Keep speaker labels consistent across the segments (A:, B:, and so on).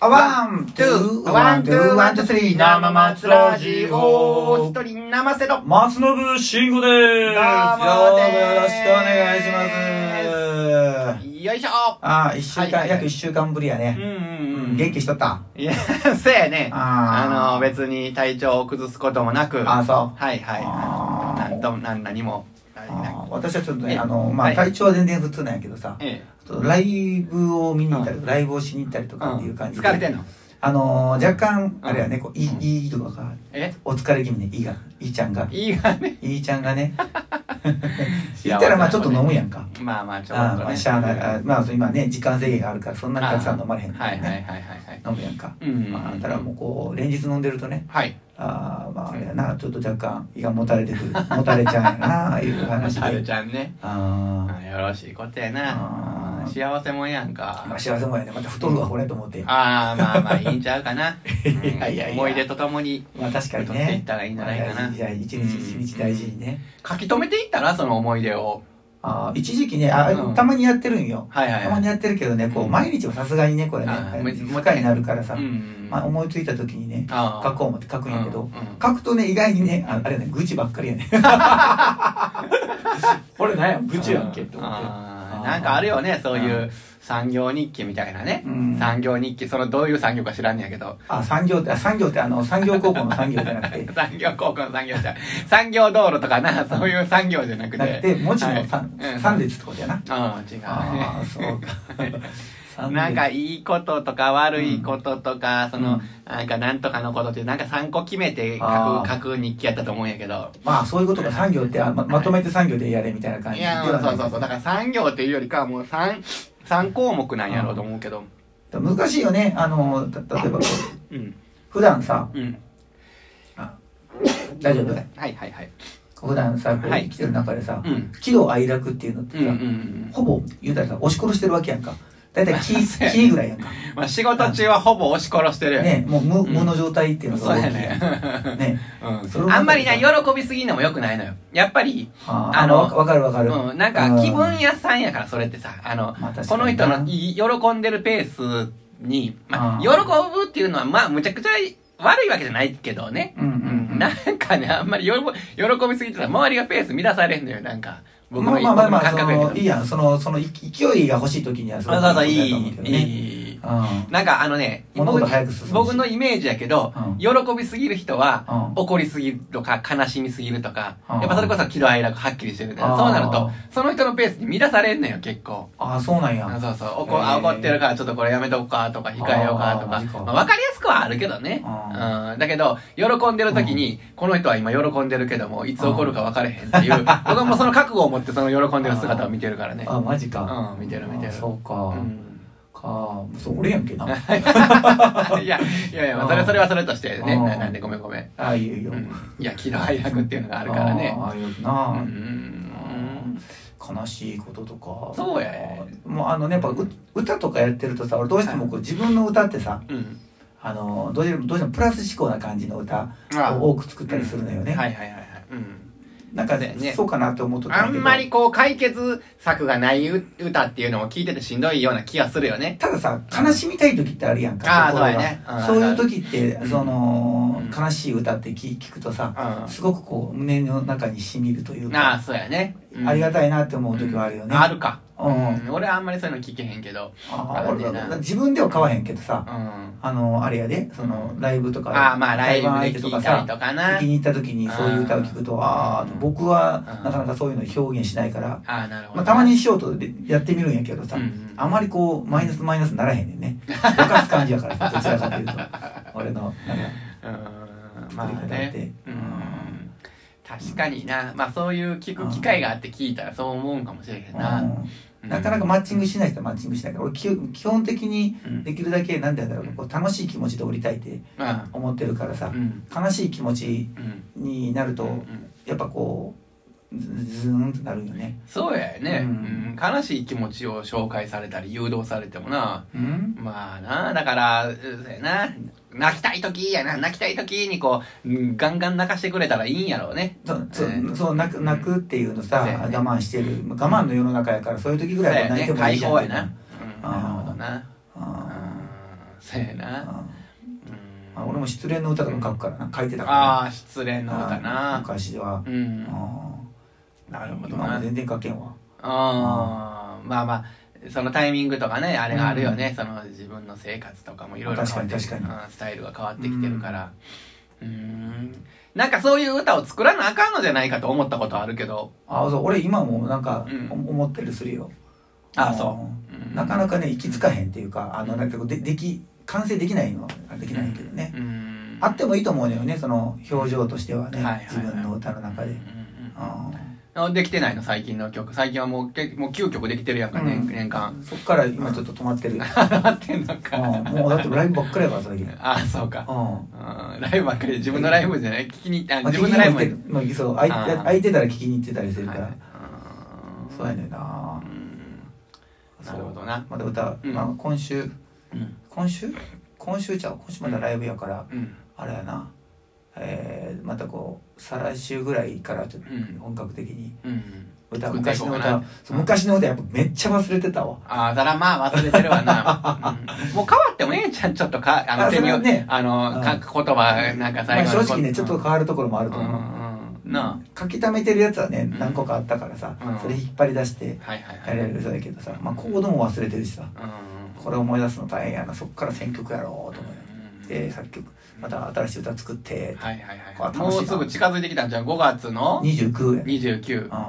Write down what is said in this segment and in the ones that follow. A: ワン、ツー、ワン、ツー、ワン、ツー、スリー、生松ラジオ。一人生せろ。どうも
B: 松信慎吾でーす。
A: ー。
C: よろしくお願いします
A: よいしょ。
C: ああ、一週間、
A: はいはいはい
C: 約一週間ぶりや
A: うん
C: ね。
A: うんうん。
C: 元気しとった
A: いや、せやね。
C: あー
A: あの、別に体調を崩すこともなく。
C: あーそう
A: はいは
C: あ
A: い。
C: ー
A: なんと、なん、何も。
C: あ
A: 何
C: あ
A: も
C: 私はちょっと
A: ええ
C: ね、あの、ま
A: は
C: あ、
A: い
C: 体調は全然普通なんやけどさ、
A: え
C: ちょっとライブを見に行ったり、ライブをしに行ったりとかっていう感じで。
A: 疲れてんの
C: あのー、若干、あれやね、こう、い
A: うん
C: い、いいとかが、
A: え
C: お疲れ気味ね、いいが、いいちゃんが、
A: いいがね。
C: いいちゃんがね、行ったらまあちょっと飲むやんか。
A: まあまあ、ちょ
C: あ
A: っ
C: あ
A: と
C: ま
A: ね。
C: あ、しゃあない。あまあ、そう今ね、時間制限があるから、そんなにたくさん飲まれへんから
A: はいはいはい
C: ね。
A: はいはい。
C: 飲むやんか。
A: うんうんうん
C: まあ、ただもうこう、連日飲んでるとね、
A: はい。
C: あーまああれやなちょっと若干胃がもたれてくる もたれちゃうやなああいう話
A: タル
C: で
A: ちゃんね。
C: あ
A: あよろしいことやな
C: あー
A: 幸せもんやんか
C: ー、まあ幸せもんやねまた太るわこれと思って
A: ああまあまあいいんちゃうかな、う ん
C: いやいやいや
A: 思い出とともに
C: まあ確かに
A: 太っていっ
C: ね
A: たらいいんじゃないかな
C: まあ大事大事一日一日大事にね
A: 書き留めていったらその思い出を
C: あー一時期ねあ
A: うん
C: たまにやってるんよ
A: はいはい
C: た
A: は
C: まに
A: い
C: やってるけどねこ
A: う
C: うん毎日はさすがにねこれね
A: あー
C: もうになるからさ
A: うんうん
C: まあ思いついた時にね
A: あー
C: 書こう思って書くんやけ
A: う
C: ど
A: んうん
C: 書くとね意外にねああれやね愚痴ばっかりや ねこれなんや愚痴やんけと思って
A: あーなんかあるよねそういう産業日記みたいなね、
C: うん
A: 産業日記そのどういう産業か知らんねやけど、
C: あ、産業って、あ産業ってあの、産業高校の産業じゃなくて
A: 産業高校の産業じゃ産業道路とかなそういう産業じゃなくて
C: なくて、文字の産、
A: はいうん
C: 産列ってことやな。
A: ああ違うね
C: ああ、そう か。産列
A: なんか、いいこととか悪いこととか、その、なんかなんとかのことっていう、なんか3個決めて書
C: あ
A: く、
C: ー
A: 書く日記やったと思うんやけど。
C: まあそういうことか、産業って、あままとめて産業でやれみたいな感じ
A: い
C: では
A: や、
C: な
A: そ
C: いう
A: そうそう。だから産業っていうよりかはもう3、三項目なんやろうと思うけど。
C: 難しいよね、あの、た例えばこう、
A: うん。
C: 普段さ、
A: うん。
C: 大丈夫
A: はいはいはい。
C: 普段さ、こう
A: はい
C: 生きてる中でさ、
A: うん。
C: 喜怒哀楽っていうのっ
A: う
C: て
A: んうんう
C: さ、ほ
A: ん。
C: ぼ言うたらさ、押し殺してるわけやんか。だいたい気、
A: そうやね
C: 気ぐらいやんか。
A: まあ仕事中はほぼ押し殺してるよね。
C: ね、もう無,、
A: うん
C: 無の状態っていうの
A: そう
C: が
A: や
C: 大きいやん。
A: ね。
C: ね、 そうれ
A: ん。
C: も
A: あんまりな、喜びすぎんのも良くないのよ。やっぱり、
C: あー
A: あ
C: あ
A: の
C: の、わわかるわかる。
A: うん、なんか気分屋さんやからそれってさあの、
C: まあ確かにな
A: この人のい喜んでるペースに、まあ、
C: あ
A: 喜ぶっていうのはまあむちゃくちゃ悪いわけじゃないけどね、
C: うんうんうん
A: なんかねあんまり喜喜びすぎてたら周りがペース乱されんのよなんか僕
C: ま
A: の,、
C: あまあまあまあ、
A: 感
C: そ
A: 覚や
C: の、
A: け
C: い
A: ど
C: いやん。その、その、い勢いが欲しい時には
A: そうそうそうい
C: い
A: い
C: いと思うけど
A: いい
C: ね。
A: いい
C: うん。
A: なんかあのね
C: 物
A: 僕
C: 事早く進むし
A: 僕のイメージやけど、
C: うん
A: 喜びすぎる人は、
C: うん
A: 怒りすぎるとか悲しみすぎるとか、
C: うん
A: やっぱそれこそ喜怒哀楽はっきりしてるから、
C: あー
A: そうなるとその人のペースに乱されんのよ結構。
C: ああ、そうなん
A: あ
C: や。
A: そうそう怒,、
C: へー
A: あ怒ってるからちょっとこれやめとくかとか控えようか
C: あ
A: と
C: ーマジ
A: か
C: か
A: まあ、分かりやすくはあるけどね、
C: あ
A: うん、だけど喜んでる時に、この人は今喜んでるけどもいつ起こるか分かれへんっていう僕はもうその覚悟を持ってその喜んでる姿を見てるからね
C: あ、マジか。
A: うん見てる見て
C: あ
A: る
C: そう
A: う
C: か。
A: ん
C: か、そう、俺やんけ な。
A: いやいやいや、まあ、それそれはそれとしてね
C: うん
A: ななんでごめんごめん、
C: ああ、いいよいいよ
A: う。ん、いや喜怒哀楽っていうのがあるからね
C: ああ、いいよ
A: うんう
C: な。
A: ん
C: 悲しいこととか。
A: そうやね
C: もうあのね、やっぱう歌とかやってるとさ、俺どうしてもこう自分の歌ってさ、
A: うん
C: あの、どうしてもどうしてもプラス思考な感じの歌
A: あ
C: を多く作ったりするのよね。
A: はいはいはいはいうん
C: なんか
A: そうやね
C: ね、そうかなって思っとった
A: あ
C: やけ
A: ん
C: ど
A: まりこう解決策がないう歌っていうのを聞いててしんどいような気がするよね。
C: たださ悲しみたい時ってあるやん
A: あ
C: か、
A: ー
C: 心が
A: そうやねうん
C: そういう時って、
A: うん
C: その、
A: うん
C: 悲しい歌って聞聞くと
A: う
C: さ
A: ん。、あ
C: すごくこう胸の中にしみるという
A: あ、
C: か
A: そうやね。
C: ありが
A: い
C: たいなって思う時はあるよね、
A: あるか。
C: うん
A: うん俺はあんまりそういうの聞けへんけど。
C: あ
A: あるね
C: 俺ら自分では買わへんけど
A: う
C: さ
A: ん。、あ
C: あのあれやでそのライブとか
A: あ、まあライブ
C: 対
A: で
C: バン相手
A: 聞いたりとかな
C: 聞き。に行った時にそういう歌を聞くとああ
A: うん
C: 僕は
A: うん
C: なかなかそういうの表現しないから、
A: ああ、なるほど。
C: まあ、たまにしようとでやってみるんやけど
A: う
C: さ、
A: んうん。
C: あまりこうマイナスマイナスにならへんねん ねぼかす感じやからさどちらかというと俺のなんか
A: うん。ま
C: 作り方
A: あ
C: っ
A: ね
C: て。
A: うん。確かにな。まあそういう聞く機会があって聞いたらそう思うんかもしれへん な。
C: うんなかなかマッチングしない人はマッチングしないから俺基基本的に
A: うん。
C: できるだけなんて言うんだろうこう楽しい気持ちで降りたいって
A: うん。
C: 思ってるからさ
A: うん。
C: 悲しい気持ち
A: うん。
C: になると
A: うん
C: やっぱこうズズーンってなるよね
A: そうやね、
C: う
A: う
C: んん
A: 悲しい気持ちを紹介されたり誘導されてもな
C: うん
A: まあなだからうそうやな泣きたい時やな泣きたい時にこううんガンガン泣かしてくれたらいいんやろうね
C: そうそ
A: えー
C: うそう泣く泣くっていうのさ
A: そうやね
C: 我慢してる我慢の世の中やからそういう時ぐ
A: そう
C: らい
A: や
C: は泣いて
A: ね
C: もいい
A: 解
C: じゃん
A: 放やな、うん、なるほどな
C: あ
A: うん
C: ー
A: そうや
C: うん
A: な。うん
C: まあ、俺も失恋の歌とか書くからな書いてたから
A: ああ、失恋の歌
C: うん
A: な。
C: 昔は
A: う、
C: うんん。
A: なるほど
C: 今も
A: な。
C: 全然書けんわ
A: あーまあまあそのタイミングとかねあれがあるよね、その自分の生活とかもいろいろ変わってき
C: 確かに確か
A: うんスタイルが変わってきてるからうーんなんかそういう歌を作らなあかんのじゃないかと思ったことあるけど
C: あそう俺今もなんか
A: うん
C: お思ったりするよ、
A: あ
C: の
A: そう、うん、
C: なかなかね行き着かへんっていうかあのなんていうかででき完成できないのはできないけどね、
A: うん
C: あってもいいと思うのよねその表情としてはね、
A: はいはいはい
C: 自分の歌の中で、
A: うん
C: う
A: うんうんできてないの最近の曲最近はもうけもう9曲できてるやんか、
C: うん
A: ね年間
C: んそっから今ちょっと止ま ってる、
A: なってんの
C: う
A: か、
C: んもうだってライブばっかりやから 最近、うん
A: ああそうか、
C: ま
A: うん、ライブばっかりで自分のライブじゃない聞きに行ってあ
C: あ、
A: 自分のライブ
C: 聞きにも行ってるそう空い
A: あー
C: 空いてたら聞きに行ってたりするから、
A: はいうん
C: そうやねんな
A: うん
C: そう
A: なるほどな
C: まだ歌、
A: うん
C: まあ、今週
A: うん
C: 今週今週ちゃう今週まだライブやから、
A: うん
C: あれやなえーまたこう再来週ぐらいからちょっと
A: うん
C: 本格的に
A: うん
C: 歌、
A: 作ってい
C: 昔
A: こう
C: の
A: かな
C: 歌そう昔の歌やっぱめっちゃ忘れてたわ
A: ああ、だらまあ忘れてるわな。うんもう変わってもええちゃん、ちょっとか、あ
C: あ
A: の、手に
C: それはね
A: あ
C: う
A: の、
C: ん
A: 書く言葉、なんか
C: ま
A: 最
C: あ
A: 後
C: 正
A: の
C: 直ねちょっと変わるところもあ
A: う
C: る
A: ん
C: と
A: う
C: 思う、
A: んうん。な
C: 書き溜めてるやつはね
A: ん
C: 何個かあったからさ、
A: うん
C: それ引っ張り出して
A: あ。はいはいは
C: や
A: い。
C: れるそうだけどさ、まあ、コードも忘れてるしさこれ思い出すの大変やなそっから選曲やろうと思
A: うん
C: って作曲また新しい歌作って
A: はいはいはい
C: これ楽しいな
A: もうすぐ近づいてきたんじゃん。5月の
C: 29や、
A: 29。
C: うん
A: あ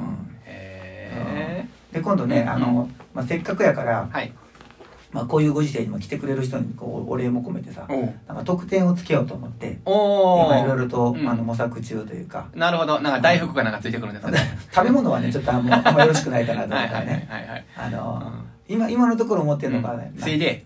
C: うん
A: ーへ
C: で今度ね、
A: うん
C: あのまあ、せっかくやから
A: ー、はい。
C: まあ、こういうご時世にも来てくれる人にこうお礼も込めてさ
A: おう
C: なんか特典をつけようと思って
A: お
C: 今いろい
A: ー
C: ろと、
A: うん
C: あの模索中というか
A: なるほど。なんか大福かなんかついてくるんですかね。
C: 食べ物はねちょっとあんまあんまよろしくないかな
A: は
C: と
A: い
C: 思っ
A: はいは
C: た
A: い
C: ね
A: はいはい。
C: あ
A: う
C: の
A: ん
C: 今今のところ思ってるのが、ね
A: うん CD。
C: ん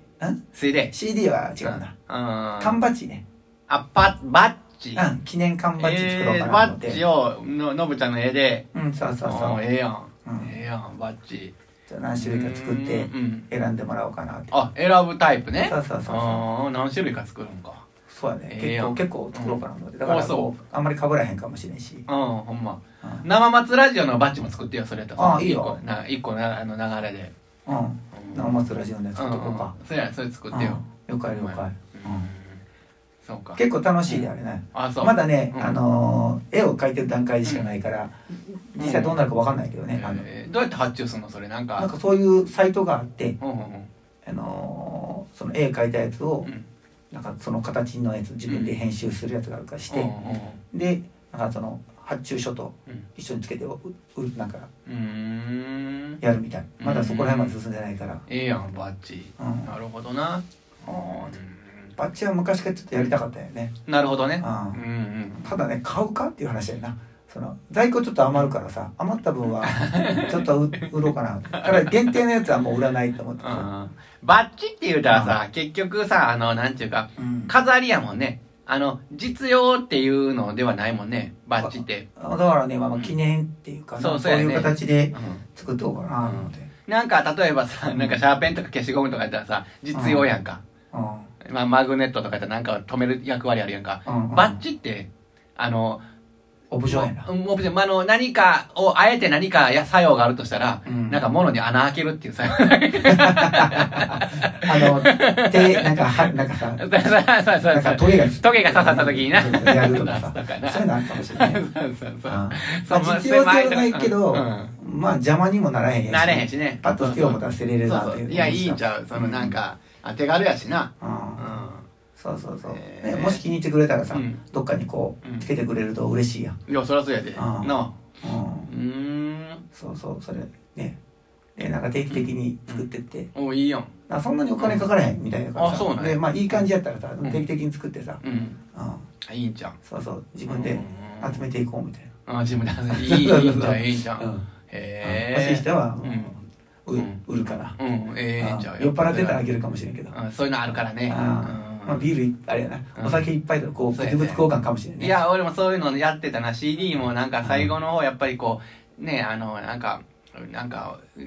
A: CD。
C: CD は違うな
A: あ
C: 缶バッジね、
A: あ、ババッチ。
C: うん、記念缶バッジ作ろう
A: え
C: かな
A: ー
C: と
A: バ
C: 思って、
A: ッチをののぶちゃんの絵で
C: うんそうそうそ
A: うん
C: う
A: ええやん、
C: うん
A: ええやんバッチ
C: じゃあ何種類か作って
A: うんうん
C: 選んでもらおうかなって
A: あ選ぶタイプね
C: そうそうそうそう
A: あー何種類か作るんか
C: そうやね
A: ええやん
C: 結構結構作ろうかなと思ってだから
A: あそう
C: こうあんまり被らへんかもしれんし、
A: うんほんま
C: うん
A: 生松ラジオのバッチも作ってよそれやったら
C: あいいよ
A: 一個な一個なあの流れで
C: うん、生松ラジオのやつ
A: うん
C: 作っとこうか、
A: うんそうやそれ作ってよ
C: うん了解了解、
A: うんそうか
C: 結構楽しいであれね、
A: あそう
C: まだね、
A: うん
C: あのー絵を描いてる段階しかないから、
A: うん
C: 実際どうなるか分かんないけどね、あの
A: えーどうやって発注すんのそれなんか
C: なんかそういうサイトがあって、
A: うんうん
C: あのーその絵描いたやつを
A: う、ん
C: なんかその形のやつ自分で編集するやつがあるからして、
A: うんうん
C: でなんかその発注書と
A: うん
C: 一緒につけてううなんか
A: うーん
C: やるみたいまだそこら辺まで進んでないから、
A: ええやんバッチ
C: うん
A: なるほどな
C: あバッチは昔からちょっとやりたかったよね、
A: なるほどね
C: うん
A: うんうん
C: ただね買うかっていう話やなその在庫ちょっと余るからさ余った 分はちょっとう売ろうかなだから限定のやつはもう売らないと思ってさ、
A: バッチって言うたらさ結局さあのなんていうか
C: うん
A: 飾りやもんねあの実用っていうのではないもんねバッチって
C: だからね、まあまあ、記念っていうかな、
A: そう
C: そ
A: そううやね
C: いう形で
A: うん
C: 作っておこうかなと思って、
A: なんか例えばさなんかシャーペンとか消しゴムとかやったらさ実用やんか
C: う
A: まあマグネットとかやったらなんか止める役割あるやんか
C: んうん
A: バッチってあの
C: オプションやな、
A: うんオプションまああの何かをあえて何かや作用があるとしたら
C: うん
A: なんか物に穴開けるっていう作用
C: あの手なんかはなんかさ
A: そうそうそうそう
C: なんかトゲが
A: トゲが刺さった時にな
C: そうそうやるとかさ
A: そうかな
C: そういうのあるかもしれない、うん
A: そうそうそう
C: ま
A: そう
C: あ、実用性はないけど、
A: うん
C: まあ邪魔にもならへんやし
A: なれへんしね
C: パッと手を持たせれる
A: そ
C: な
A: う
C: っ
A: そ
C: ていう
A: ういやいいんちゃうそのなんか、あ手軽やしな
C: う
A: うん
C: んそうそうそう、
A: えー
C: ね、もし気に入ってくれたらさ、
A: うん
C: どっかにこ
A: うん
C: うつけてくれると嬉しいやん、
A: いやそりゃそうやで
C: あー
A: な
C: う、
A: うんうーん
C: そうそうそれねでなんか定期的に作ってって、
A: おいいやん
C: なそんなにお金かからへんみたいだからさ、
A: あそうなんや
C: でまあいい感じやったらさ
A: ん
C: 定期的に作ってさ、
A: う
C: う
A: ん
C: ん
A: いいんちゃう
C: そうそう自分で
A: うん
C: 集めていこうみたいな、
A: あ自分でいいいいいいんちゃういいんちゃ
C: う
A: うんへえ
C: 欲しい人は、
A: うん
C: う
A: うん
C: 売るから、
A: うんええいいんちゃ
C: う
A: うん
C: 酔っ払ってたらあげるかもしれんけど、
A: うんそういうのあるからね
C: うんまあ、
A: うん
C: ビールあれやな、
A: うん
C: お酒いっぱいとこう
A: そ
C: 物
A: うや
C: 々
A: ね
C: 交換かもしれんね
A: いや俺もそういうのやってたな CD もなんか最後の方やっぱりこうねあのなんかなんかう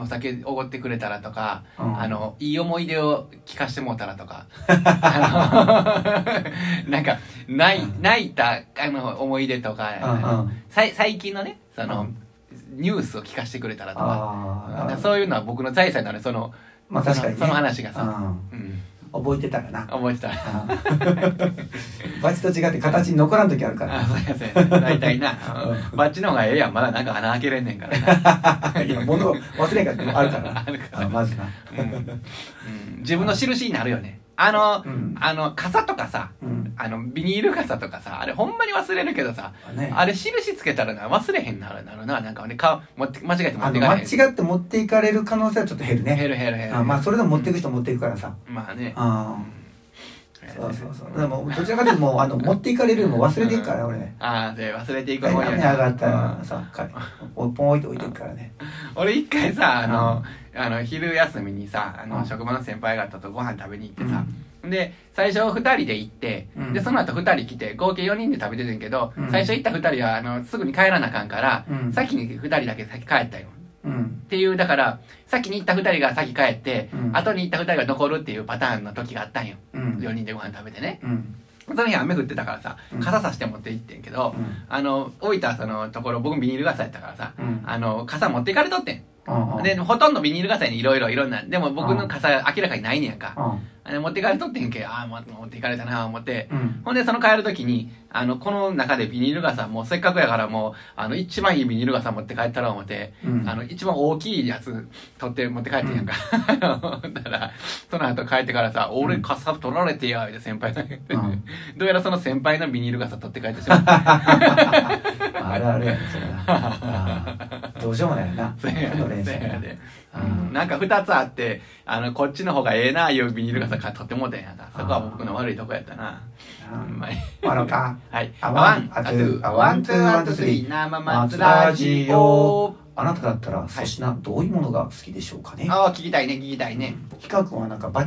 A: お酒おごってくれたらとか、
C: うん
A: あのいい思い出を聞かしてもうたらとかあの なんか泣い泣いたあの思い出とか、
C: うんうん
A: さい最近のねその、
C: う
A: ニュースを聞かしてくれたらとか
C: あ
A: なんか
C: あ
A: そういうのは僕の財産なのでその
C: まあ確かにね
A: そのその話がさ、
C: うん
A: うん、
C: 覚えてたかな
A: 覚えてた
C: うんバチと違って形に残らん時あるから
A: あそうやそうや大体なバッチの方がええやんまだなんか穴開けれんねんからな、
C: いや物を忘れんかってもあるから
A: あるから
C: あまずな
A: うんうん自分の印になるよねあの、
C: うん
A: あの傘とかさ
C: うん
A: あのビニール傘とかさあれほんまに忘れるけどさ
C: ね
A: あれ印つけたらな忘れへんなるなるななんかねか持って間違えて持
C: あ
A: って
C: の
A: いか
C: 間
A: れへん
C: 違って持っていかれる可能性はちょっと減る
A: 減
C: ね
A: る減る減る
C: あまあそれでも持っていく人持っていくからさ
A: まあね
C: あ
A: うん
C: そうそうそうでもどちらかというともうあの持っていかれるよりも忘れていくから俺ね
A: ああで忘れていく
C: 雨
A: もん
C: 上
A: やな
C: がった
A: う
C: ら
A: ん
C: さかポン置いて置いていくからね
A: 俺一回さあ
C: う
A: の,、あの昼休みにさあの、
C: うん
A: 職場の先輩方とご飯食べに行ってさ、で最初2人で行って、
C: うん
A: でその後2人来て合計4人で食べててんけど、
C: うん
A: 最初行った2人はあのすぐに帰らなあかんから、
C: うん
A: 先に2人だけ先帰ったよ
C: うん
A: っていうだから先に行った2人が先帰って、
C: うん
A: 後に行った2人が残るっていうパターンの時があったんよ、
C: うん
A: 4人でご飯食べてね
C: うん
A: その日雨降ってたからさ
C: うん
A: 傘さして持って行ってんけど、
C: うん
A: あの置いたそのところ僕ビニール傘やったからさ
C: うん
A: あの傘持っていかれとってん
C: うんうん
A: でほとんどビニール傘にいろいろいろんなでも僕の傘明らかにないねやんか
C: う
A: あの持っていかれとってんけああ持っていかれたなあ思って
C: ん
A: ほんでその帰る時にあのこの中でビニール傘もうせっかくやからもうあの一番いいビニール傘持って帰ったら思って、
C: うん
A: あの一番大きいやつ取って持って帰ってんやんか、 ほんだからその後帰ってからさ「俺傘取られてや」って先輩が言って、
C: うん
A: どうやらその先輩のビニール傘取って帰ってしまった
C: あれあれやねそれなああどうしようもないよ な
A: そうや
C: この連
A: そう
C: 載
A: や
C: な
A: で
C: あ
A: うんなんか2つあってあのこっちの方がええないうビニール傘買っとってもうたんやなそこは僕の悪いとこやったな
C: あ
A: ほんまに
C: 終わろうか
A: はい
C: あ
A: ワン
C: ワン
A: アツー
C: あ
A: ワンツー
C: ワ
A: ワ
C: ン
A: ン
C: ツー
A: ツ
C: ス
A: ース
C: リ
A: リ
C: ー
A: ー生松ラジオ
C: あなただったら粗品どういうものが好きでしょうかね
A: ああ聞きたいね聞きたいね
C: ヒカ君はなんかバッ